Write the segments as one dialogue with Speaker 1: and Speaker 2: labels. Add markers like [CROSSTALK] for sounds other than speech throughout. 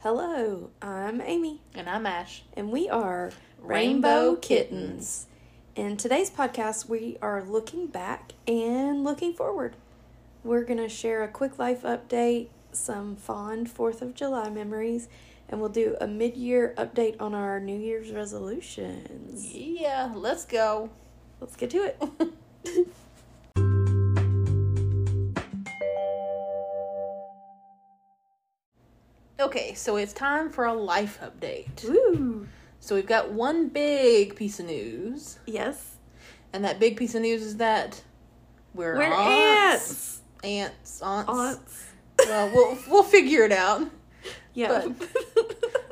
Speaker 1: Hello, I'm Amy,
Speaker 2: And I'm Ash.
Speaker 1: and we are
Speaker 2: Rainbow
Speaker 1: Kittens. In today's podcast, we are looking back and looking forward. We're going to share a quick life update, some fond 4th of July memories, and we'll do a mid year update on our New Year's resolutions.
Speaker 2: Yeah, let's go.
Speaker 1: Let's get to it.
Speaker 2: [LAUGHS] Okay, so it's time for a life update.
Speaker 1: [LAUGHS] Woo!
Speaker 2: So we've got one big piece of news,
Speaker 1: Yes.
Speaker 2: and that big piece of news is that we're,
Speaker 1: We're
Speaker 2: aunts.
Speaker 1: ants.
Speaker 2: Aunts, aunts.
Speaker 1: Aunts.
Speaker 2: Well, we'll we'll figure it out.
Speaker 1: Yeah.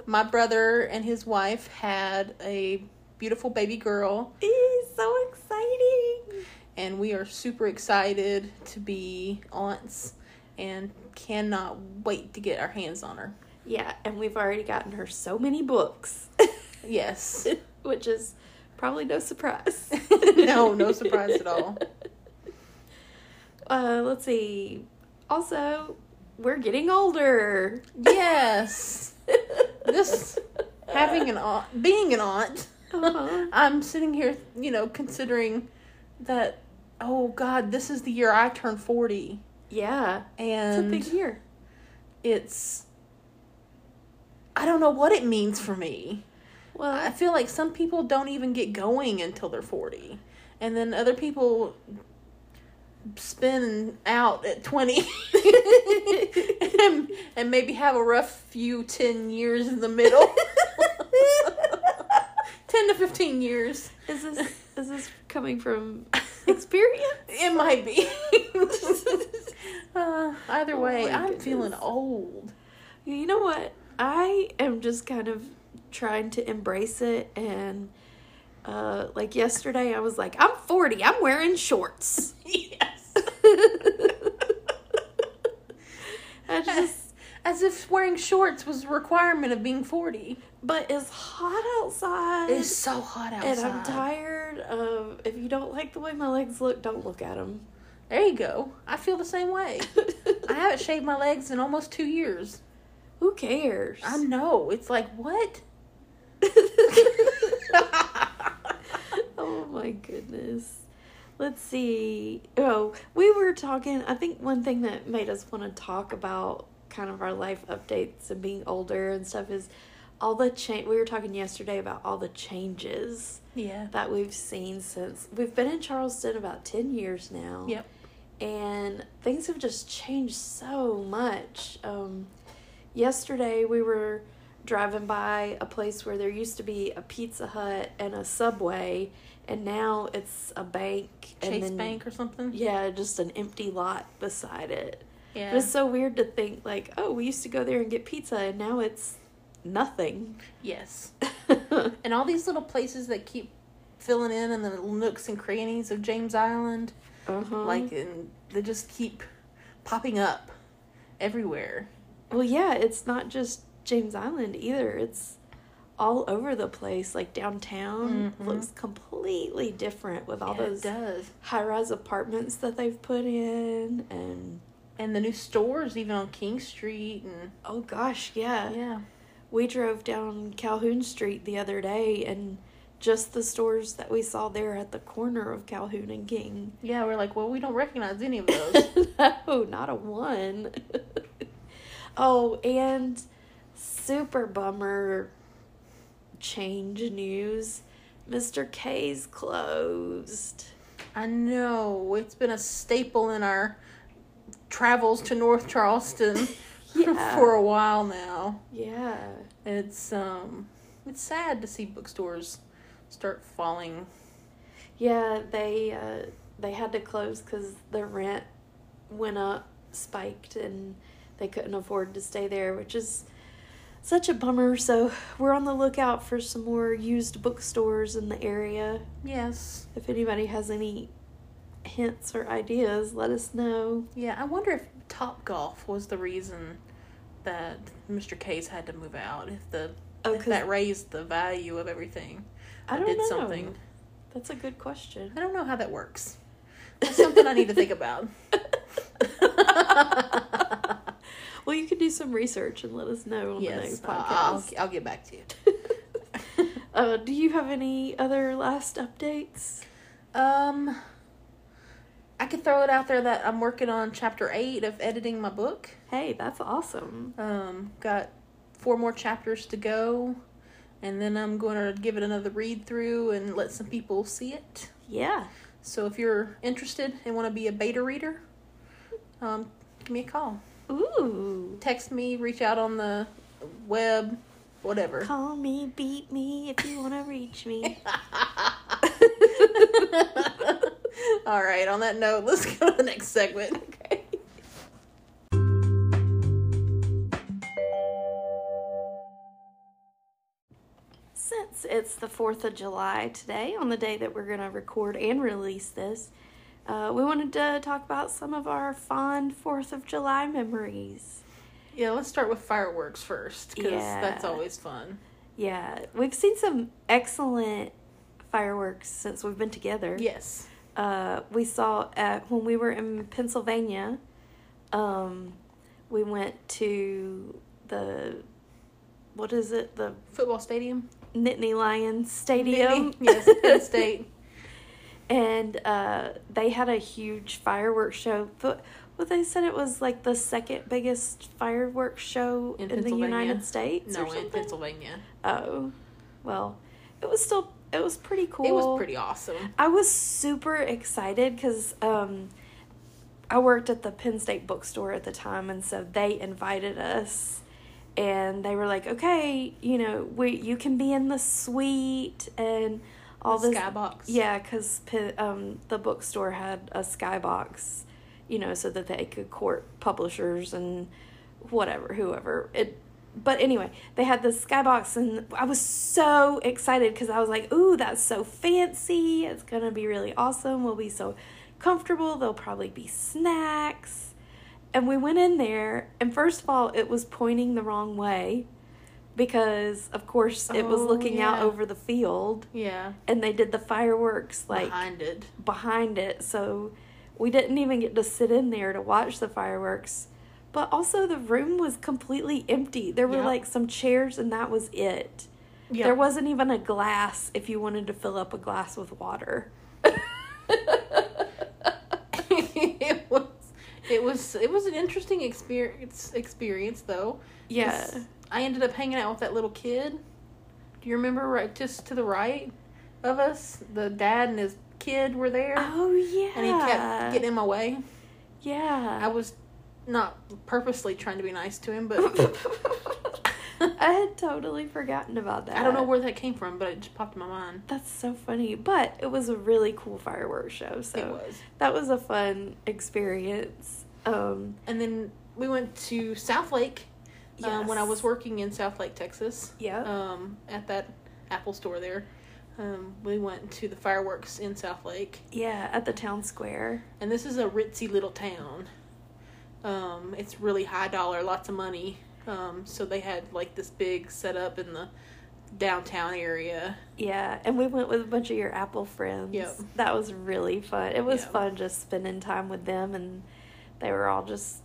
Speaker 2: My brother and his wife had a beautiful baby girl,
Speaker 1: [LAUGHS] it's so exciting.
Speaker 2: and we are super excited to be aunts and cannot wait to get our hands on her.
Speaker 1: Yeah, and we've already gotten her so many books, [LAUGHS]
Speaker 2: Yes.
Speaker 1: which is probably no surprise.
Speaker 2: [LAUGHS] No, no surprise at all.
Speaker 1: [LAUGHS] Uh, let's see. Also, we're getting older. [LAUGHS]
Speaker 2: Yes. This- Having an aunt, being an aunt,
Speaker 1: Uh-huh.
Speaker 2: [LAUGHS] I'm sitting here, you know, considering that, oh God, this is the year I turn 40.
Speaker 1: yeah, it's a
Speaker 2: And
Speaker 1: big year.
Speaker 2: it's I don't know what it means for me.
Speaker 1: Well,
Speaker 2: I feel like some people don't even get going until they're 40. And then other people spin out at 20 [LAUGHS] and, and maybe have a rough few 10 years in the middle. [LAUGHS] 10 to 15 years.
Speaker 1: is this is this coming from experience?
Speaker 2: It
Speaker 1: [LAUGHS]
Speaker 2: might be. uh, either
Speaker 1: Oh
Speaker 2: way,
Speaker 1: my
Speaker 2: I'm feeling
Speaker 1: goodness.
Speaker 2: old.
Speaker 1: You know what? I am just kind of trying to embrace it and uh like yesterday I was like, I'm 40, I'm wearing shorts. [LAUGHS]
Speaker 2: [LAUGHS] Yes.
Speaker 1: I just
Speaker 2: As if wearing shorts was a requirement of being 40.
Speaker 1: but it's hot outside.
Speaker 2: It's so hot outside.
Speaker 1: and I'm tired of if you don't like the way my legs look, don't look at [LAUGHS] them.
Speaker 2: There you go. I feel the same way. I haven't shaved my legs in almost two years.
Speaker 1: Who cares?
Speaker 2: I know. It's like, what?
Speaker 1: [LAUGHS] oh my goodness. Let's see. Oh, we were talking. I think one thing that made us want to talk about kind of our life updates and being older and stuff is all the change. We were talking yesterday about all the changes
Speaker 2: [LAUGHS] yeah.
Speaker 1: that we've seen since we've been in Charleston about 10 years now.
Speaker 2: Yep.
Speaker 1: And things have just changed so much. Um, yesterday we were driving by a place where there used to be a Pizza Hut and a Subway, and now it's a bank. and
Speaker 2: Chase
Speaker 1: then,
Speaker 2: Bank or something.
Speaker 1: Yeah, just an empty lot beside it. But
Speaker 2: Yeah.
Speaker 1: it's so weird to think, like, oh, we used to go there and get pizza, and now it's nothing. [LAUGHS]
Speaker 2: Yes. And all these little places that keep filling in in the little nooks and crannies of James Island,
Speaker 1: Uh-huh.
Speaker 2: like, and they just keep popping up everywhere.
Speaker 1: Well, yeah, it's not just James Island either. It's all over the place. Like downtown
Speaker 2: Mhm.
Speaker 1: looks completely different with all
Speaker 2: Yeah, it
Speaker 1: those
Speaker 2: does.
Speaker 1: high rise apartments that they've put in. And
Speaker 2: And the new stores, even on King Street, and
Speaker 1: oh gosh, yeah.
Speaker 2: yeah,
Speaker 1: We drove down Calhoun Street the other day and just the stores that we saw there at the corner of Calhoun and King.
Speaker 2: yeah. We're like, well, we don't recognize
Speaker 1: [LAUGHS]
Speaker 2: any of those.
Speaker 1: no, not a one. [LAUGHS] oh, and super bummer change news. Mr. K's closed.
Speaker 2: I know. It's been a staple in our travels to North Charleston [LAUGHS]
Speaker 1: Yeah.
Speaker 2: for a while now.
Speaker 1: Yeah.
Speaker 2: It's um it's sad to see bookstores start falling.
Speaker 1: Yeah, they uh, they had to close cuz the rent went up, spiked and they couldn't afford to stay there, which is such a bummer. So, we're on the lookout for some more used bookstores in the area.
Speaker 2: Yes.
Speaker 1: If anybody has any hints or ideas, let us know.
Speaker 2: Yeah, I wonder if Top Golf was the reason that Mr. Case had to move out. If the
Speaker 1: Oh,
Speaker 2: if that raised the value of everything.
Speaker 1: I
Speaker 2: or
Speaker 1: don't
Speaker 2: did
Speaker 1: know.
Speaker 2: something.
Speaker 1: That's a good question.
Speaker 2: [LAUGHS] I don't know how that works. That's something I need to think about.
Speaker 1: well, [LAUGHS] Well, you can do some research and let us know on the
Speaker 2: Yes, Ah,
Speaker 1: next
Speaker 2: I- I'll,
Speaker 1: podcast.
Speaker 2: I'll get back to you.
Speaker 1: uh, do you have any other last updates?
Speaker 2: Um, I could throw it out there that I'm working on chapter eight of editing my book.
Speaker 1: Hey, that's awesome.
Speaker 2: Um, got four more chapters to go, and then I'm going to give it another read through and let some people see it.
Speaker 1: Yeah.
Speaker 2: So if you're interested and want to be a beta reader, um, give me a call,
Speaker 1: Ooh.
Speaker 2: text me, reach out on the web, whatever.
Speaker 1: Call me, beat me if you want to reach me.
Speaker 2: All right. On that note, [LAUGHS] let's go to the next segment.
Speaker 1: okay. Since it's the 4th of July today, on the day that we're going to record and release this, uh, we wanted to talk about some of our fond 4th of July memories.
Speaker 2: Yeah, let's start with fireworks first because
Speaker 1: Yeah.
Speaker 2: that's always fun.
Speaker 1: Yeah, we've seen some excellent fireworks since we've been together.
Speaker 2: Yes.
Speaker 1: uh, we saw at when we were in Pennsylvania. Um, we went to the what is it the
Speaker 2: Football stadium.
Speaker 1: Nittany Lions Stadium?
Speaker 2: yes, [LAUGHS] Penn State.
Speaker 1: [LAUGHS] and uh, they had a huge fireworks show. But well, they said it was like the second biggest fireworks show
Speaker 2: In
Speaker 1: in, the
Speaker 2: Pennsylvania?
Speaker 1: United States. or
Speaker 2: No, in
Speaker 1: something.
Speaker 2: Pennsylvania.
Speaker 1: Oh, well, it was still it was pretty cool.
Speaker 2: It was pretty awesome.
Speaker 1: I was super excited because um, I worked at the Penn State bookstore at the time, and so they invited us, and they were like, "Okay, you know, we you can be in the suite and all
Speaker 2: the
Speaker 1: this."
Speaker 2: skybox.
Speaker 1: Yeah, because um, the bookstore had a skybox, you know, so that they could court publishers and whatever, whoever. It, but anyway, they had the skybox, and I was so excited because I was like, "Ooh, that's so fancy! It's gonna be really awesome. We'll be so comfortable. There'll probably be snacks." And we went in there, and first of all, it was pointing the wrong way because, of course, it was
Speaker 2: Oh,
Speaker 1: looking out
Speaker 2: yeah.
Speaker 1: over the field
Speaker 2: Yeah.
Speaker 1: and they did the fireworks like behind.
Speaker 2: Behind it.
Speaker 1: it so we didn't even get to sit in there to watch the fireworks but also the room was completely empty there were
Speaker 2: Yep.
Speaker 1: like some chairs and that was it
Speaker 2: Yeah.
Speaker 1: there wasn't even a glass if you wanted to fill up a glass with water
Speaker 2: [LAUGHS] it was. [LAUGHS] It was. It was an interesting experience. Experience though.
Speaker 1: yeah
Speaker 2: 'cause I ended up hanging out with that little kid. Do you remember right just to the right of us? The dad and his kid were there.
Speaker 1: oh yeah
Speaker 2: And he kept getting in my way. I
Speaker 1: yeah
Speaker 2: was not purposely trying to be nice
Speaker 1: [LAUGHS]
Speaker 2: to him, but [LAUGHS]
Speaker 1: I had totally forgotten about that
Speaker 2: I don't know where that came from, but it just popped in my mind.
Speaker 1: that's so funny but it was a really cool fireworks show so
Speaker 2: It was.
Speaker 1: that was a fun experience. Um,
Speaker 2: And then we went to South Lake um, when I was
Speaker 1: yes. Oh.
Speaker 2: working in South Lake, Texas,
Speaker 1: yeah,
Speaker 2: um, at that Apple store there. Um, we went to the fireworks in South Lake.
Speaker 1: yeah, at the town square.
Speaker 2: And this is a ritzy little town. Um, it's really high dollar, lots of money. Um, so they had like this big setup in the downtown area.
Speaker 1: Yeah, and we went with a bunch of your Apple friends.
Speaker 2: Yep.
Speaker 1: that was really fun. It was
Speaker 2: Yeah.
Speaker 1: fun just spending time with them, and they were all just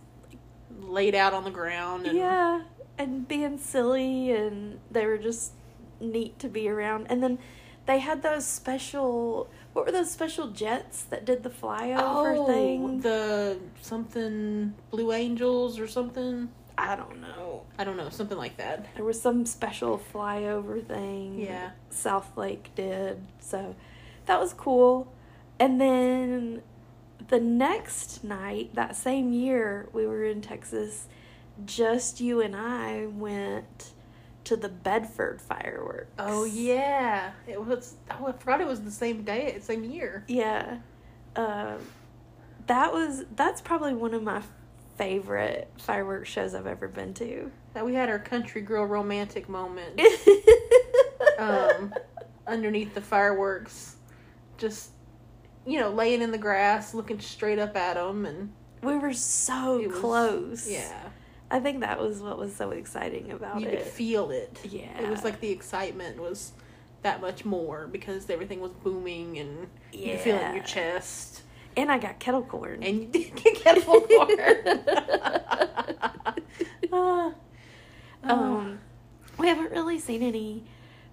Speaker 2: laid out on the ground and
Speaker 1: yeah, and being silly, and they were just neat to be around. And then they had those special. What were those special jets that did the flyover thing?
Speaker 2: Oh, the something blue angels or something
Speaker 1: I don't know.
Speaker 2: i don't know something like that
Speaker 1: There was some special flyover thing.
Speaker 2: yeah
Speaker 1: South Lake did. So that was cool. And then the next night, that same year we were in Texas, just you and I went to the Bedford fireworks.
Speaker 2: oh yeah it was oh i forgot it was the same day same year
Speaker 1: Yeah. Um, that was that's probably one of my favorite fireworks shows I've ever been to.
Speaker 2: that we had our country girl romantic moment [LAUGHS] Um, underneath the fireworks just you know laying in the grass looking straight up at them and
Speaker 1: we were so
Speaker 2: it was-
Speaker 1: close.
Speaker 2: yeah
Speaker 1: I think that was what was so exciting about
Speaker 2: you
Speaker 1: it.
Speaker 2: could feel it
Speaker 1: yeah.
Speaker 2: it was like the excitement was
Speaker 1: [LAUGHS]
Speaker 2: that much more because everything was booming and you could feel it in your chest.
Speaker 1: And I got kettle corn.
Speaker 2: And you [LAUGHS] did get kettle corn.
Speaker 1: [LAUGHS]
Speaker 2: Ah.
Speaker 1: um, we haven't really seen any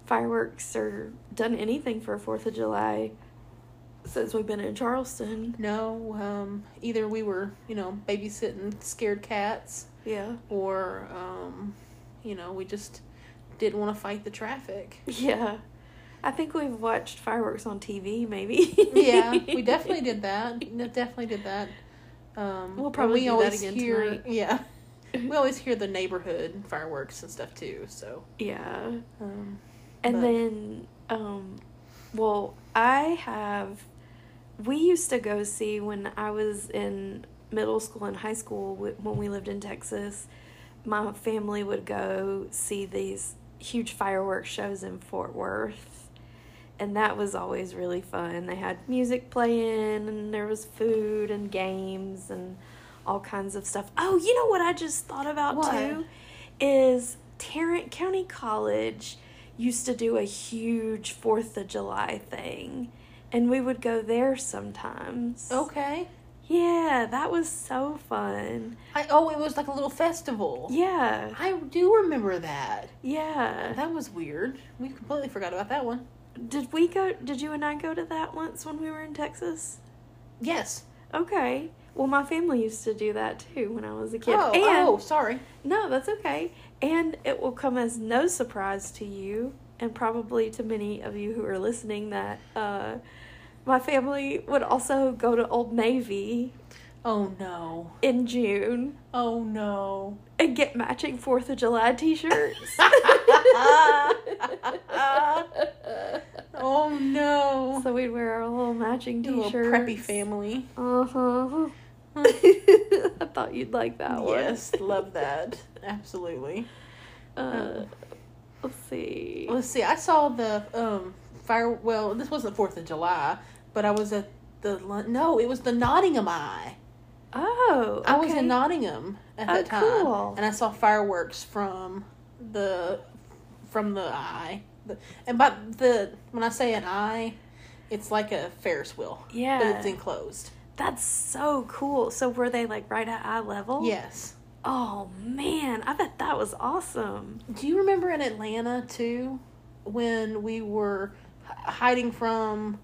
Speaker 1: fireworks or done anything for Fourth of July since we've been in Charleston.
Speaker 2: no, um, either we were, you know, babysitting scared cats,
Speaker 1: Yeah.
Speaker 2: or, um, you know, we just didn't want to fight the traffic.
Speaker 1: Yeah. I think we've watched fireworks on TV, maybe.
Speaker 2: [LAUGHS] yeah,
Speaker 1: [LAUGHS]
Speaker 2: [LAUGHS] we definitely did that. No, definitely did that. Um,
Speaker 1: We'll
Speaker 2: and
Speaker 1: probably
Speaker 2: we
Speaker 1: do that
Speaker 2: always
Speaker 1: again
Speaker 2: hear,
Speaker 1: tonight.
Speaker 2: [LAUGHS] Yeah, we always hear the neighborhood fireworks and stuff too. So,
Speaker 1: Yeah.
Speaker 2: um,
Speaker 1: And
Speaker 2: But-
Speaker 1: then, um, well, I have. We used to go see when I was in middle school and high school wh- when we lived in Texas. My family would go see these huge fireworks shows in Fort Worth, and that was always really fun. They had music playing, and there was food and games and all kinds of stuff. Oh, you know what I just thought about
Speaker 2: What?
Speaker 1: too is Tarrant County College used to do a huge Fourth of July thing, and we would go there sometimes.
Speaker 2: okay.
Speaker 1: Yeah, that was so fun.
Speaker 2: I oh, it was like a little festival.
Speaker 1: Yeah,
Speaker 2: I do remember that.
Speaker 1: yeah.
Speaker 2: That was weird. We completely forgot about that one.
Speaker 1: Did we go? Did you and I go to that once when we were in Texas?
Speaker 2: Yes.
Speaker 1: Okay. Well, my family used to do that too when I was a kid.
Speaker 2: Oh,
Speaker 1: and
Speaker 2: oh, sorry.
Speaker 1: No, that's okay. And it will come as no surprise to you, and probably to many of you who are listening, that uh, my family would also go to Old Navy
Speaker 2: Oh no.
Speaker 1: in June
Speaker 2: Oh no.
Speaker 1: and get matching Fourth of July t
Speaker 2: [LAUGHS]
Speaker 1: shirts.
Speaker 2: Oh no.
Speaker 1: so we'd wear our little matching
Speaker 2: You
Speaker 1: t
Speaker 2: little
Speaker 1: shirts.
Speaker 2: preppy family.
Speaker 1: Uh huh. [LAUGHS] I thought you'd like that one.
Speaker 2: yes, love that. Absolutely.
Speaker 1: Uh, let's see.
Speaker 2: Let's see. I saw the um fire. Well, this wasn't Fourth of July, but I was at the Lon- no. It was the Nottingham Eye.
Speaker 1: Oh,
Speaker 2: I was in
Speaker 1: okay.
Speaker 2: Nottingham at
Speaker 1: Oh,
Speaker 2: that time,
Speaker 1: cool.
Speaker 2: and I saw fireworks from the from the eye. The- And by the when I say an eye, it's like a Ferris wheel,
Speaker 1: Yeah.
Speaker 2: but it's enclosed.
Speaker 1: That's so cool. So were they like right at eye level?
Speaker 2: Yes.
Speaker 1: Oh man, I bet that was awesome.
Speaker 2: Do you remember in Atlanta too, when we were h- hiding from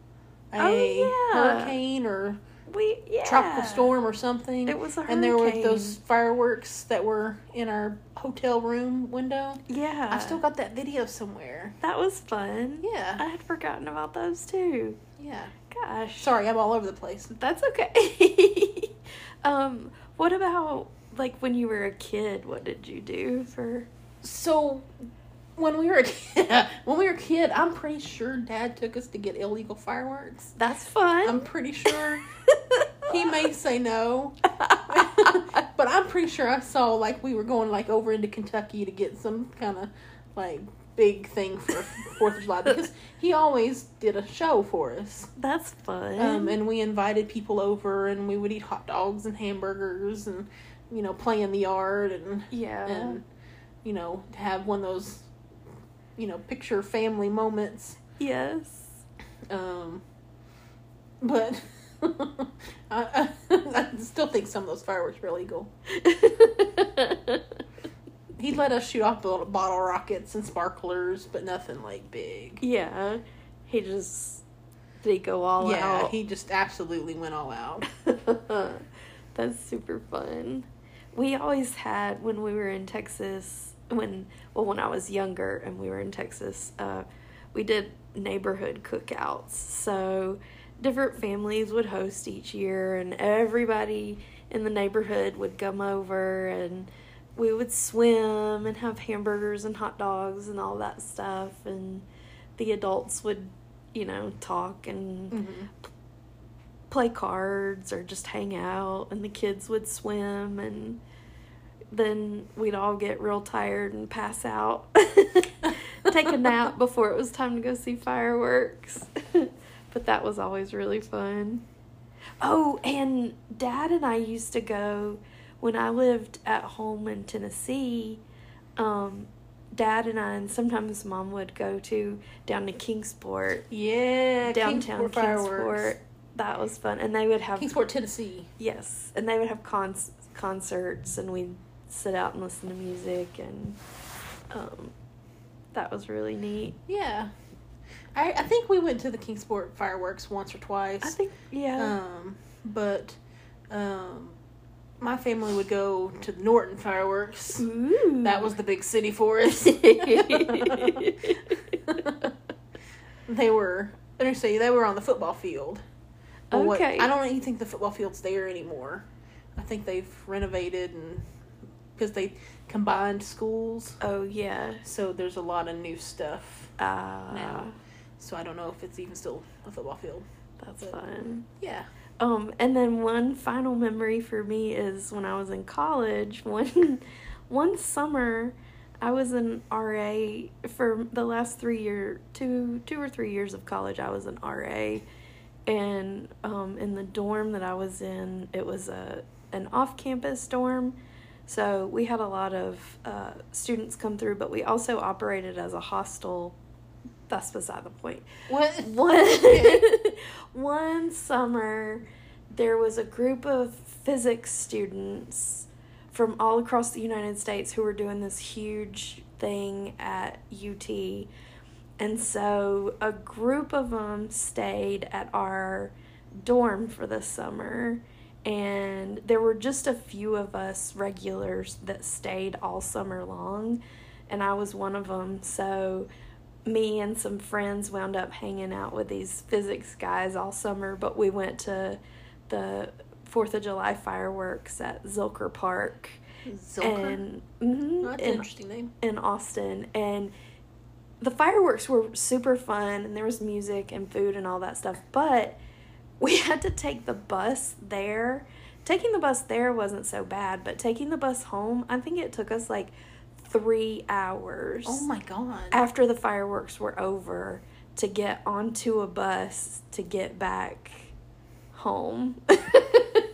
Speaker 2: a
Speaker 1: Oh, yeah.
Speaker 2: hurricane or
Speaker 1: We yeah.
Speaker 2: tropical storm or something?
Speaker 1: It was a hurricane.
Speaker 2: and there were those fireworks that were in our hotel room window.
Speaker 1: Yeah.
Speaker 2: I've still got that video somewhere.
Speaker 1: That was fun.
Speaker 2: Yeah.
Speaker 1: I had forgotten about those too.
Speaker 2: Yeah.
Speaker 1: Gosh.
Speaker 2: Sorry, I'm all over the place.
Speaker 1: That's okay. [LAUGHS] um what about like when you were a kid, what did you do for
Speaker 2: So, when we were a kid, [LAUGHS] when we were a kid, I'm pretty sure Dad took us to get illegal fireworks.
Speaker 1: That's fun.
Speaker 2: I'm
Speaker 1: [LAUGHS]
Speaker 2: pretty sure he may say no, [LAUGHS] but I'm pretty sure I saw like we were going like over into Kentucky to get some kind of like big
Speaker 1: [LAUGHS]
Speaker 2: thing for Fourth of July because he always did a show for us.
Speaker 1: That's fun.
Speaker 2: Um, and we invited people over, and we would eat hot dogs and hamburgers, and you know, play in the yard, and
Speaker 1: yeah.
Speaker 2: and you know, have one of those, you know, picture family moments.
Speaker 1: yes.
Speaker 2: Um, but [LAUGHS] I, I, [LAUGHS] I still think some of those fireworks were illegal. He let us shoot off bottle, bottle rockets and sparklers, but nothing like big.
Speaker 1: [LAUGHS] yeah. He just they go all
Speaker 2: yeah,
Speaker 1: out.
Speaker 2: he just absolutely went all out.
Speaker 1: [LAUGHS] That's super fun. We always had when we were in Texas when well when I was younger and we were in Texas, uh, we did neighborhood cookouts. So different families would host each year and everybody in the neighborhood would come over and we would swim and have hamburgers and hot dogs and all that stuff and the adults would, you know, talk and
Speaker 2: Mhm.
Speaker 1: play cards or just hang out and the kids would swim and then we'd all get real tired and pass out [LAUGHS] take a nap before it was time to go see fireworks [LAUGHS] but that was always really fun oh and dad and i used to go when i lived at home in tennessee um, dad and i and sometimes mom would go to down to kingsport
Speaker 2: Yeah,
Speaker 1: downtown
Speaker 2: Kingsport fireworks.
Speaker 1: Kingsport. that was fun. And they would have
Speaker 2: Kingsport, Tennessee.
Speaker 1: yes, and they would have cons- concerts, and we'd sit out and listen to music, and um, that was really neat.
Speaker 2: Yeah. I, I think we went to the Kingsport fireworks once or twice.
Speaker 1: I think yeah,
Speaker 2: Um, but um, my family would go to the Norton fireworks.
Speaker 1: Ooh.
Speaker 2: Um, That was the big city
Speaker 1: [LAUGHS]
Speaker 2: for us. they were, I don't say they were on the football field. Or what-
Speaker 1: Okay.
Speaker 2: I don't even think the football field's there anymore. I think they've renovated and because they combined schools,
Speaker 1: oh yeah.
Speaker 2: so there's a lot of new stuff.
Speaker 1: Ah,
Speaker 2: Now. So I don't know if it's even still a football field.
Speaker 1: that's
Speaker 2: But-
Speaker 1: fun.
Speaker 2: Yeah.
Speaker 1: Um, and then one final memory for me is when I was in college. [LAUGHS] One, one summer, I was an RA for the last three year, two, two or three years of college. I was an RA, and um, in the dorm that I was in, it was a an off campus dorm, so we had a lot of uh, students come through, but we also operated as a hostel. That's beside the point
Speaker 2: What? [LAUGHS]
Speaker 1: one [LAUGHS] one summer there was a group of physics students from all across the United States who were doing this huge thing at UT. And so a group of them stayed at our dorm for the summer. And there were just a few of us regulars that stayed all summer long. And I was one of them. So me and some friends wound up hanging out with these physics guys all summer, but we went to the Fourth of July fireworks at Zilker Park and mhm,
Speaker 2: Oh,
Speaker 1: in,
Speaker 2: that's an interesting name.
Speaker 1: in Austin, and the fireworks were super fun, and there was music and food and all that stuff. But we [LAUGHS] had to take the bus there. Taking the bus there wasn't so bad, but taking the bus home, I think it took us like three hours
Speaker 2: Oh my god.
Speaker 1: after the fireworks were over to get onto a bus to get back home.
Speaker 2: [LAUGHS]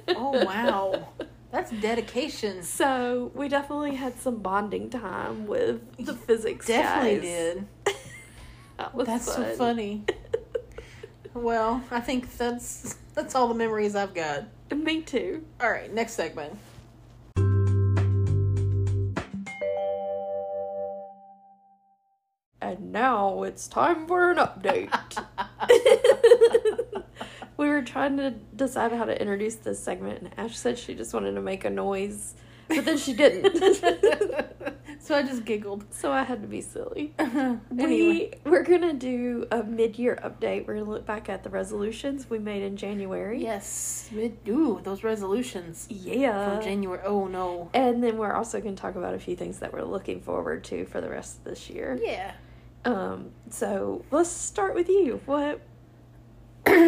Speaker 2: Oh wow. That's dedication.
Speaker 1: So we definitely had some bonding time with the physics
Speaker 2: Definitely
Speaker 1: guys.
Speaker 2: did.
Speaker 1: [LAUGHS] That was
Speaker 2: That's
Speaker 1: fun.
Speaker 2: so funny. Well, I think that's that's all the memories I've got.
Speaker 1: [LAUGHS] Me too.
Speaker 2: All right, next segment.
Speaker 1: And now it's time for an
Speaker 2: [LAUGHS]
Speaker 1: update. we were trying to decide how to introduce this segment, and Ash said she just wanted to make a noise, but then she
Speaker 2: [LAUGHS]
Speaker 1: didn't.
Speaker 2: so I just giggled. [LAUGHS]
Speaker 1: so I had to be silly.
Speaker 2: Anyway.
Speaker 1: We we're gonna do a mid-year update. We're gonna look back at the resolutions we made in January.
Speaker 2: Yes. we- Ooh, those resolutions
Speaker 1: Yeah.
Speaker 2: from January. Oh no.
Speaker 1: and then we're also gonna talk about a few things that we're looking forward to for the rest of this year.
Speaker 2: Yeah. [CLEARS THROAT]
Speaker 1: Um. So let's start with you. What?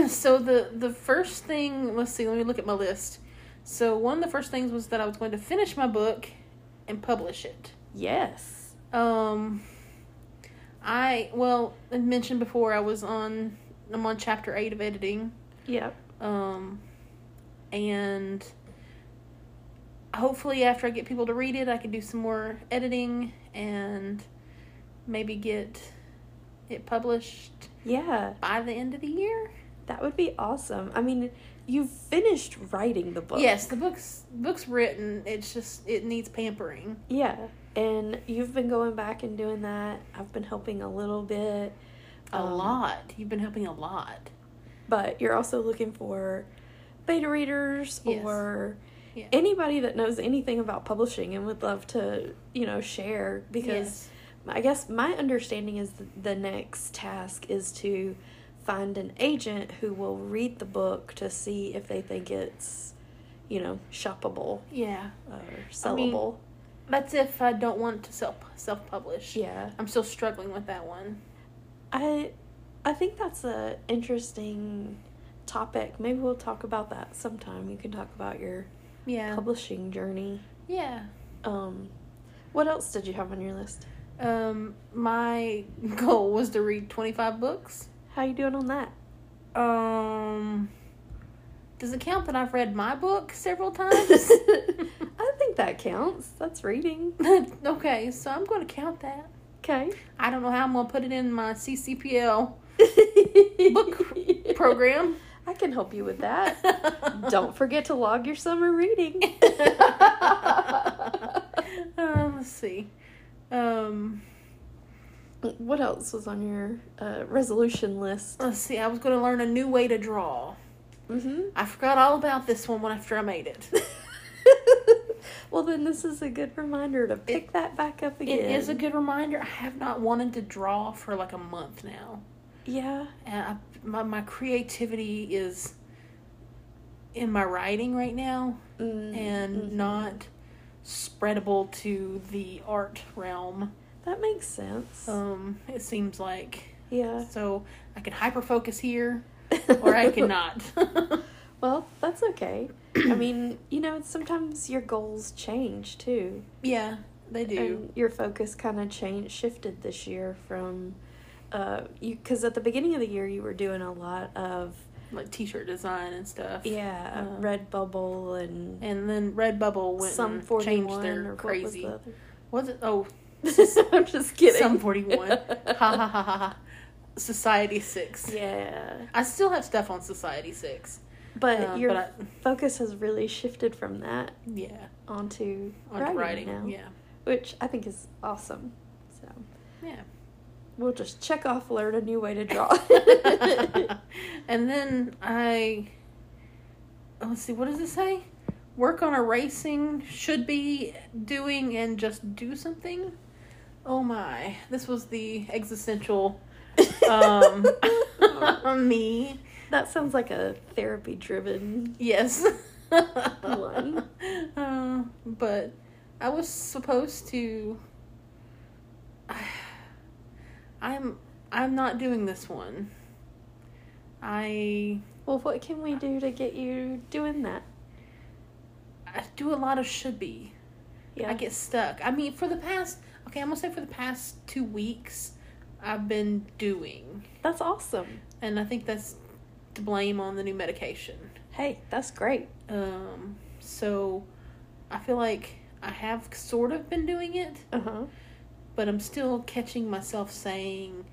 Speaker 2: so the the first thing let's see let me look at my list so one of the first things was that i was going to finish my book and publish it
Speaker 1: Yes.
Speaker 2: um i well i mentioned before i was on i'm on chapter eight of editing
Speaker 1: Yep.
Speaker 2: um and hopefully after i get people to read it i can do some more editing and maybe get it published
Speaker 1: Yeah.
Speaker 2: by the end of the year
Speaker 1: That would be awesome. I mean, you finished writing the book.
Speaker 2: Yes, the book's book's written. It's just it needs pampering.
Speaker 1: Yeah. And you've been going back and doing that. I've been helping a little bit.
Speaker 2: A
Speaker 1: Um,
Speaker 2: lot. You've been helping a lot.
Speaker 1: but you're also looking for beta readers
Speaker 2: Yes.
Speaker 1: or
Speaker 2: Yeah.
Speaker 1: anybody that knows anything about publishing and would love to you know share because
Speaker 2: Yes.
Speaker 1: i guess my understanding is th- the next task is to find an agent who will read the book to see if they think it's you know shoppable
Speaker 2: yeah,
Speaker 1: or sellable
Speaker 2: that's if I don't want to self self publish.
Speaker 1: yeah
Speaker 2: I'm still struggling with that one.
Speaker 1: i i think that's a interesting topic maybe we'll talk about that sometime you can talk about your
Speaker 2: Yeah,
Speaker 1: publishing journey.
Speaker 2: yeah.
Speaker 1: Um, what else did you have on your list?
Speaker 2: Um, my [LAUGHS] goal was to read 25 books.
Speaker 1: How you doing on
Speaker 2: [LAUGHS]
Speaker 1: that? [LAUGHS]
Speaker 2: Um, does it count that I've read my book several
Speaker 1: [LAUGHS]
Speaker 2: times? [LAUGHS]
Speaker 1: I think that counts. That's reading.
Speaker 2: okay, so I'm going to count that.
Speaker 1: Okay.
Speaker 2: I
Speaker 1: [LAUGHS]
Speaker 2: don't know how I'm going to put it in my CCPL book program.
Speaker 1: I can help you with that. [LAUGHS] Don't forget to log your summer
Speaker 2: [LAUGHS]
Speaker 1: reading. [LAUGHS]
Speaker 2: um, let's see. Um,
Speaker 1: what else was on your uh, resolution list?
Speaker 2: let's see. I was going to learn a new way to draw.
Speaker 1: Mm-hmm.
Speaker 2: I forgot all about this one when after I made it.
Speaker 1: [LAUGHS] well, then this is a good reminder to pick that back up again.
Speaker 2: It is a good reminder. I have not wanted to draw for like a month now.
Speaker 1: yeah.
Speaker 2: And I, my my creativity is in my writing right now
Speaker 1: Mm,
Speaker 2: and
Speaker 1: mhm.
Speaker 2: not spreadable to the art realm.
Speaker 1: that makes sense.
Speaker 2: Um, it seems like
Speaker 1: yeah.
Speaker 2: so I can hyper focus here
Speaker 1: [LAUGHS]
Speaker 2: or I cannot.
Speaker 1: Well, that's okay. I mean, you know, sometimes your goals change too.
Speaker 2: [LAUGHS] yeah, they do.
Speaker 1: And your focus kind of changed, shifted this year from, uh, you because at the beginning of the year you were doing a lot of
Speaker 2: like t-shirt design and stuff.
Speaker 1: yeah,
Speaker 2: Um,
Speaker 1: Redbubble and,
Speaker 2: And then Redbubble went
Speaker 1: some
Speaker 2: and
Speaker 1: forty
Speaker 2: changed
Speaker 1: one
Speaker 2: their
Speaker 1: or
Speaker 2: crazy.
Speaker 1: What
Speaker 2: [LAUGHS] was it? Oh,
Speaker 1: was the other? [LAUGHS] I'm just kidding. [LAUGHS]
Speaker 2: Some 41. ha ha ha ha. ha. Society 6.
Speaker 1: Yeah,
Speaker 2: I still have stuff on Society 6.
Speaker 1: but
Speaker 2: um,
Speaker 1: your
Speaker 2: but I-
Speaker 1: focus has really shifted from that
Speaker 2: Yeah.
Speaker 1: onto
Speaker 2: On
Speaker 1: writing,
Speaker 2: writing.
Speaker 1: now,
Speaker 2: Yeah.
Speaker 1: which I think is awesome. So
Speaker 2: Yeah.
Speaker 1: we'll just check off, learn a new way to draw.
Speaker 2: [LAUGHS]
Speaker 1: [LAUGHS]
Speaker 2: and then I. oh, Let's see, what does it say? Work on erasing, should be doing, and just do something? Oh my. This was the existential um, [LAUGHS] me.
Speaker 1: Um, That sounds like a therapy driven.
Speaker 2: Yes.
Speaker 1: One.
Speaker 2: [LAUGHS] Uh, but I was supposed to. [SIGHS] I'm I'm not doing this one. I
Speaker 1: Well, what can we do to get you doing that?
Speaker 2: I do a lot of should be.
Speaker 1: Yeah.
Speaker 2: I get stuck. I mean, for the past okay, I'm gonna say for the past two weeks, I've been doing,
Speaker 1: that's awesome.
Speaker 2: and I think that's to blame on the new medication.
Speaker 1: Hey, that's great.
Speaker 2: Um, so I feel like I have sort of been doing it,
Speaker 1: Uh huh.
Speaker 2: but I'm still catching myself saying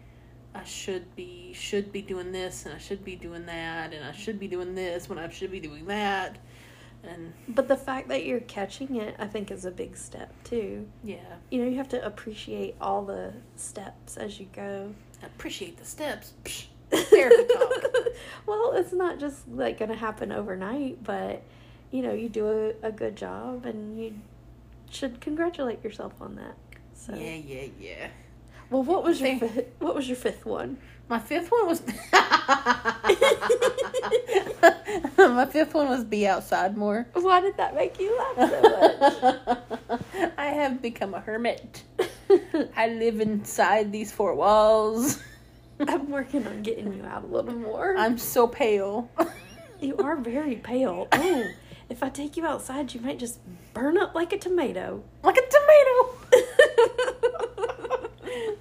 Speaker 2: I should be should be doing this and I should be doing that and I should be doing this when I should be doing that. And
Speaker 1: But the fact that you're catching it, I think, is a big step too.
Speaker 2: yeah,
Speaker 1: You know, you have to appreciate all the steps as you go.
Speaker 2: I appreciate the steps. Psh, Therapy talk.
Speaker 1: [LAUGHS] well, it's not just like going to happen overnight, but you know, you do a, a good job and you should congratulate yourself on that. So,
Speaker 2: Yeah, yeah, yeah.
Speaker 1: well, what was your
Speaker 2: Thank-
Speaker 1: fifth, what was your fifth one?
Speaker 2: My fifth one was [LAUGHS] My fifth one was be outside [LAUGHS] more.
Speaker 1: Why did that make you laugh [LAUGHS] so
Speaker 2: I have become a hermit.
Speaker 1: much?
Speaker 2: I live inside these four [LAUGHS] walls.
Speaker 1: I'm working on getting you out a little more.
Speaker 2: I'm so pale.
Speaker 1: you are very [LAUGHS] pale. Oh, if I take you outside, you might just burn up like a [LAUGHS] tomato.
Speaker 2: like a tomato.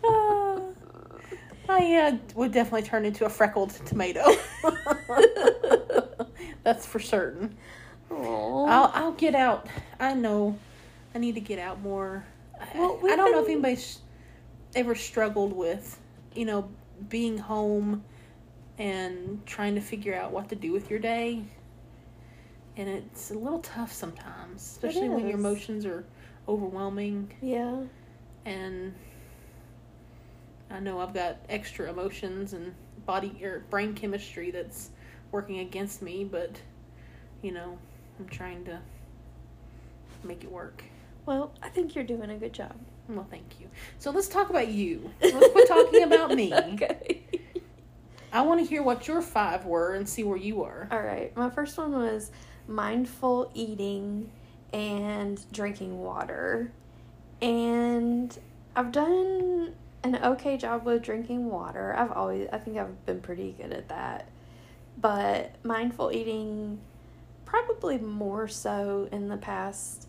Speaker 2: Uh, [LAUGHS] I uh, would definitely turn into a freckled tomato. [LAUGHS] That's for certain. I'll
Speaker 1: Aw.
Speaker 2: I'll get out. I know. I need to get out more. I-
Speaker 1: Well,
Speaker 2: I
Speaker 1: we've
Speaker 2: don't know if
Speaker 1: been-
Speaker 2: anybody's ever struggled with, you know, being home and trying to figure out what to do with your day. And it's a little tough sometimes, especially when your
Speaker 1: is.
Speaker 2: emotions are overwhelming
Speaker 1: Yeah.
Speaker 2: and I know I've got extra emotions and body or brain chemistry that's working against me, but you know, I'm trying to make it work.
Speaker 1: Well, I think you're doing a good job.
Speaker 2: Well, thank you. So let's talk about you. Let's quit talking about me.
Speaker 1: [LAUGHS] okay.
Speaker 2: I want to hear what your five were and see where you are.
Speaker 1: All right. My first one was mindful eating and drinking water. And I've done an okay job with drinking water. I've always, I think I've been pretty good at that. But mindful eating, probably more so in the past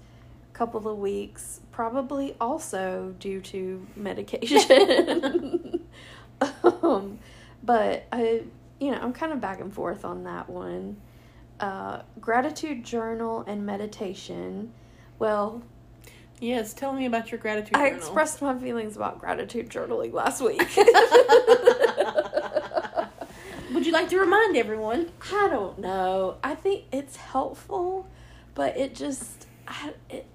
Speaker 1: couple of weeks, probably also due to medication. [LAUGHS] um, but I, you know, I'm kind of back and forth on that one. Uh, gratitude journal and meditation. Well,
Speaker 2: Yes, tell me about your gratitude.
Speaker 1: I
Speaker 2: journal.
Speaker 1: expressed my
Speaker 2: [LAUGHS]
Speaker 1: feelings about gratitude journaling last week.
Speaker 2: Would you
Speaker 3: like to remind everyone?
Speaker 1: I don't know. I think it's helpful, but it just I it,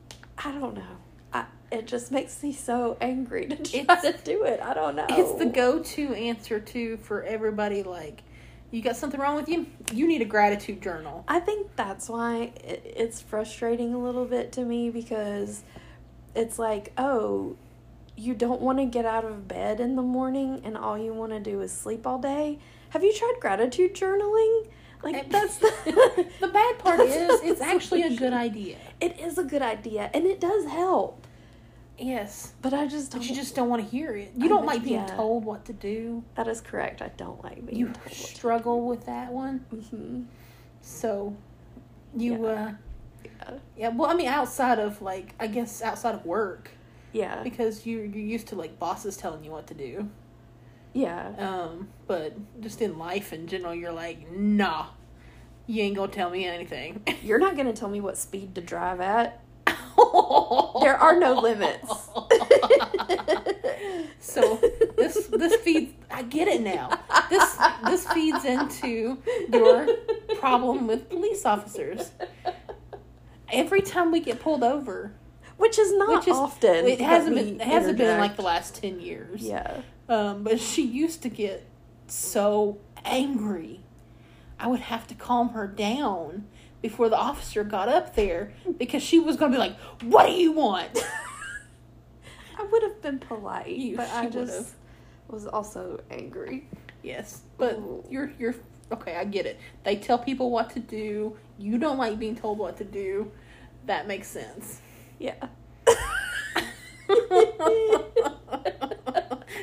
Speaker 1: I don't know. I it just makes me so angry to try
Speaker 3: It's-
Speaker 1: to do it. I don't know.
Speaker 2: It's the go-to answer too for everybody. Like, you got something wrong with you? You need a gratitude journal.
Speaker 1: I think that's why it, it's frustrating a little bit to me because it's like, oh, you don't want to get out of bed in the morning and all you want to do is sleep all day. Have you tried gratitude journaling? Like
Speaker 3: And-
Speaker 2: [LAUGHS]
Speaker 1: that's the,
Speaker 3: The bad part is,
Speaker 2: It's actually a good idea.
Speaker 1: [LAUGHS] it is a good idea and it does help,
Speaker 2: Yes,
Speaker 1: but I just don't.
Speaker 2: but you just don't want to hear it. You
Speaker 1: I
Speaker 2: don't
Speaker 1: would-
Speaker 2: like being
Speaker 1: yeah.
Speaker 2: told what to do.
Speaker 1: that is correct. I don't like being
Speaker 2: You
Speaker 1: told.
Speaker 2: struggle with that one.
Speaker 1: hmm
Speaker 2: So, you
Speaker 1: Yeah.
Speaker 2: uh,
Speaker 1: Yeah.
Speaker 2: yeah. Well, I mean, outside of like, I guess outside of work,
Speaker 1: Yeah,
Speaker 2: because you you're used to like bosses telling you what to do.
Speaker 1: yeah,
Speaker 2: Um, but just in life in general, you're like, nah, you ain't gonna tell me anything.
Speaker 1: you're not gonna tell me what speed to drive at.
Speaker 2: there
Speaker 1: There are no limits.
Speaker 2: [LAUGHS]
Speaker 1: [LAUGHS]
Speaker 2: so this this feeds. I get it now. This this feeds into your problem with police officers. Every time we get pulled over,
Speaker 1: which is not
Speaker 2: Which is-
Speaker 1: often.
Speaker 2: it hasn't
Speaker 1: that
Speaker 2: been it
Speaker 1: we
Speaker 2: hasn't been in
Speaker 1: interact.
Speaker 2: like the last ten years.
Speaker 1: Yeah.
Speaker 2: Um, but she used to get so angry. I would have to calm her down before the officer got up there because she was going to be like, What do you want?
Speaker 1: I would have been polite,
Speaker 2: You-
Speaker 1: but
Speaker 2: she
Speaker 1: I
Speaker 2: would've.
Speaker 1: just was also angry.
Speaker 2: yes. But
Speaker 1: Ooh.
Speaker 2: you're, you're, okay, I get it. They tell people what to do. You don't like being told what to do. That
Speaker 1: [LAUGHS]
Speaker 2: makes sense.
Speaker 1: Yeah.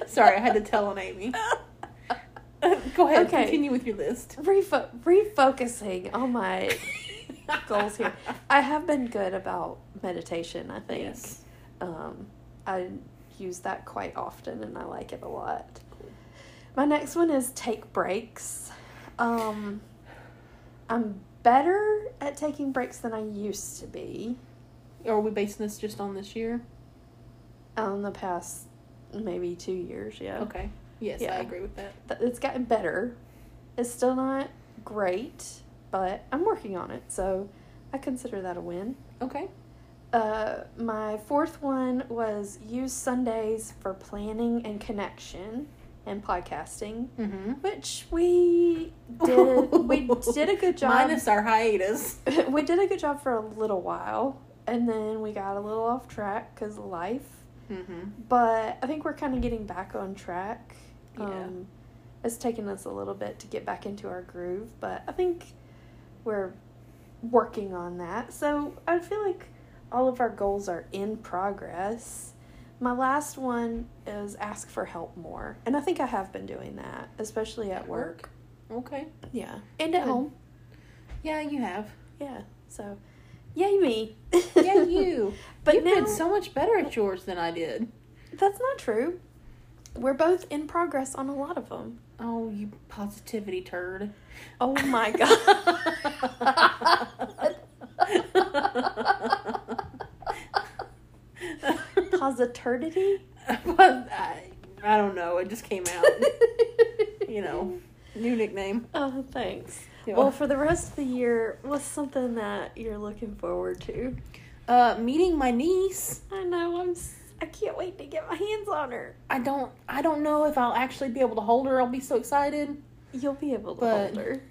Speaker 2: Sorry, I had to tell on Amy. Go ahead,
Speaker 1: Okay.
Speaker 2: continue with your list.
Speaker 1: Refo- refocusing on my goals
Speaker 2: [LAUGHS]
Speaker 1: here. I have been good about meditation, I think.
Speaker 2: Yes.
Speaker 1: Um, I use that quite often and I like it a lot. My next one is take breaks. Um, I'm better at taking breaks than I used to be.
Speaker 2: Are we basing this just on this year?
Speaker 1: Um, the past maybe two years, yeah.
Speaker 2: Okay. Yes,
Speaker 1: Yeah.
Speaker 2: I agree with that.
Speaker 1: Th- It's gotten better. It's still not great, but I'm working on it, so I consider that a win.
Speaker 2: Okay.
Speaker 1: Uh, my fourth one was use Sundays for planning and connection and podcasting,
Speaker 2: Mm-hmm.
Speaker 1: which we did.
Speaker 2: [LAUGHS]
Speaker 1: we did a good job. [LAUGHS]
Speaker 2: Minus our hiatus.
Speaker 1: we did a good job for a little while, and then we got a little off track because of life.
Speaker 2: Mm-hmm.
Speaker 1: but I think we're kind of getting back on track.
Speaker 2: Yeah.
Speaker 1: Um, it's taken us a little bit to get back into our groove, but I think we're working on that. So I feel like all of our goals are in progress. My last one is ask for help more, and I think I have been doing that, especially at
Speaker 2: At
Speaker 1: work.
Speaker 2: work? Okay.
Speaker 1: Yeah, and at
Speaker 2: Good.
Speaker 1: home.
Speaker 2: Yeah, you have.
Speaker 1: Yeah. So, yay me. [LAUGHS]
Speaker 2: Yeah, you.
Speaker 1: But
Speaker 2: you
Speaker 1: now,
Speaker 2: did so much better at yours than I did.
Speaker 1: that's not true. We're both in progress on a lot of them.
Speaker 2: Oh, you positivity turd.
Speaker 1: Oh my god.
Speaker 2: [LAUGHS]
Speaker 1: Positivity?
Speaker 2: But I, I don't know. It just came out.
Speaker 1: [LAUGHS]
Speaker 2: you know, new nickname.
Speaker 1: Oh, thanks.
Speaker 2: Yeah.
Speaker 1: Well, for the rest of the year, what's something that you're looking forward to?
Speaker 2: uh, meeting my niece.
Speaker 1: I know I'm s- I can't wait to get my hands on her.
Speaker 2: I don't. I don't know if I'll actually be able to hold her. I'll be so excited.
Speaker 1: You'll be able to
Speaker 2: But-
Speaker 1: hold her.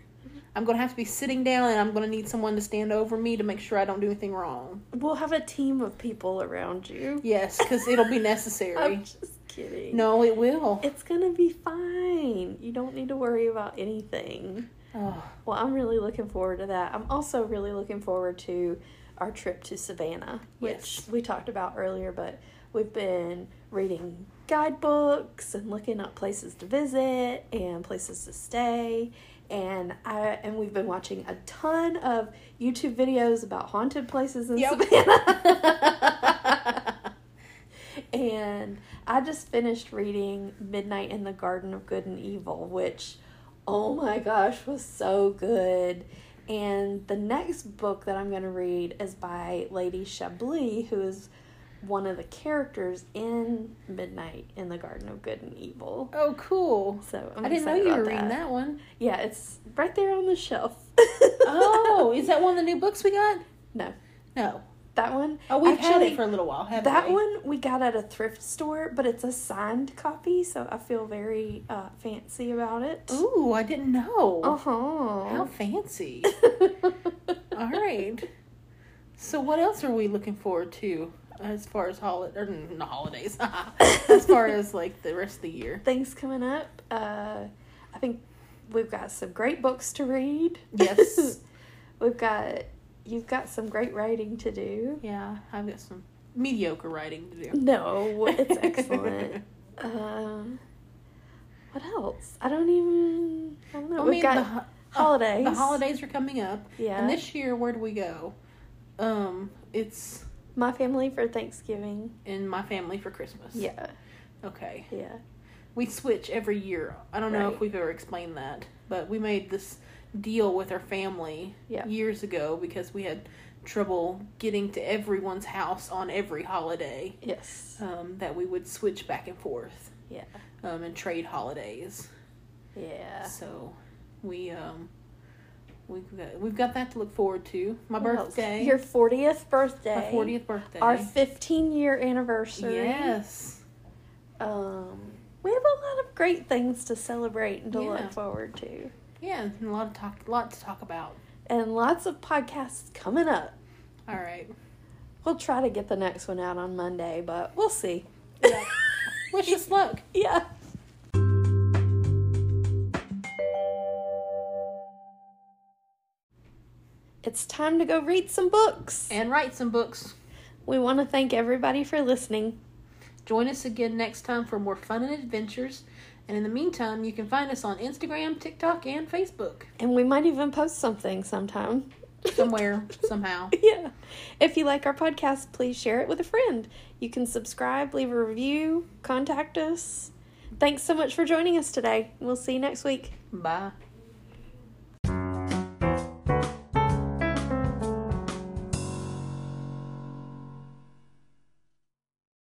Speaker 2: I'm gonna have to be sitting down and I'm gonna need someone to stand over me to make sure I don't do anything wrong.
Speaker 1: We'll have a team of people around you.
Speaker 2: Yes, because it'll be
Speaker 1: I'm
Speaker 2: necessary.
Speaker 1: just kidding.
Speaker 2: No, it will.
Speaker 1: It's gonna be fine. You don't need to worry about anything.
Speaker 2: Oh,
Speaker 1: Well, I'm really looking forward to that. I'm also really looking forward to our trip to Savannah, which
Speaker 2: Yes.
Speaker 1: we talked about earlier, but we've been reading guidebooks and looking up places to visit and places to stay and I and we've been watching a ton of YouTube videos about haunted places in
Speaker 2: Yep.
Speaker 1: Savannah. [LAUGHS] and I just finished reading Midnight in the Garden of Good and Evil, which oh my gosh, was so good. And the next book that I'm going to read is by Lady Chablis, who is one of the characters in Midnight in the Garden of Good and Evil.
Speaker 2: Oh, cool.
Speaker 1: So I'm
Speaker 3: I didn't know
Speaker 1: excited
Speaker 3: you
Speaker 1: about
Speaker 3: were reading that
Speaker 1: [LAUGHS]
Speaker 3: one.
Speaker 1: Yeah, it's right there on the shelf.
Speaker 3: Oh, is
Speaker 1: [LAUGHS]
Speaker 3: that one of the new books we got?
Speaker 1: no
Speaker 3: No.
Speaker 1: that one?
Speaker 3: Oh, we've had
Speaker 1: Actually,
Speaker 3: it for a little while, haven't
Speaker 1: That
Speaker 3: we?
Speaker 1: one we got at a thrift store, but it's a signed copy, so I feel very uh, fancy about it.
Speaker 2: Ooh, I didn't know.
Speaker 1: Uh
Speaker 2: How
Speaker 1: [LAUGHS] huh.
Speaker 2: fancy. All right. So what else are we looking forward to as far as hol or n- not holidays? [LAUGHS] as far as like the rest of the year.
Speaker 1: Things coming up. Uh, I think we've got some great books to read.
Speaker 2: Yes.
Speaker 1: [LAUGHS] we've got you've got some great writing to do.
Speaker 2: yeah, I've got some mediocre writing to do.
Speaker 1: No, [LAUGHS]
Speaker 2: [LAUGHS]
Speaker 1: it's excellent. um, what else? I don't even. I don't know.
Speaker 2: I
Speaker 1: we've
Speaker 2: mean,
Speaker 1: got
Speaker 2: the, ho-
Speaker 1: holidays.
Speaker 2: the holidays are coming up.
Speaker 1: Yeah.
Speaker 2: And this year, where do we go? Um, it's
Speaker 1: My family for Thanksgiving.
Speaker 2: in my family for Christmas.
Speaker 1: Yeah,
Speaker 2: Okay.
Speaker 1: yeah.
Speaker 2: We switch every year. I don't know if
Speaker 1: Right.
Speaker 2: we've ever explained that, but we made this deal with our family
Speaker 1: Yeah.
Speaker 2: years ago because we had trouble getting to everyone's house on every holiday.
Speaker 1: Yes.
Speaker 2: Um, that we would switch back and forth
Speaker 1: Yeah.
Speaker 2: um, and trade holidays.
Speaker 1: Yeah.
Speaker 2: So we um, we've got we've got that to look forward to. My
Speaker 1: What else?
Speaker 2: birthday,
Speaker 1: Your 40th birthday.
Speaker 2: my fortieth birthday.
Speaker 1: Our 15 year anniversary.
Speaker 2: yes,
Speaker 1: Um, we have a lot of great things to celebrate and to
Speaker 2: Yeah.
Speaker 1: look forward to.
Speaker 2: yeah, and a lot of talk, lot to talk about.
Speaker 1: And lots of podcasts coming up.
Speaker 2: All right.
Speaker 1: We'll try to get the next one out on Monday, but we'll see.
Speaker 2: Yeah.
Speaker 1: [LAUGHS]
Speaker 2: Wish us luck.
Speaker 1: Yeah. It's time to go read some books.
Speaker 2: and write some books.
Speaker 1: We want to thank everybody for listening.
Speaker 2: Join us again next time for more fun and adventures. And in the meantime, you can find us on Instagram, TikTok, and Facebook.
Speaker 1: And we might even post something sometime.
Speaker 2: Somewhere, somehow.
Speaker 1: [LAUGHS] yeah. If you like our podcast, please share it with a friend. You can subscribe, leave a review, contact us. Thanks so much for joining us today. We'll see you next week.
Speaker 2: Bye.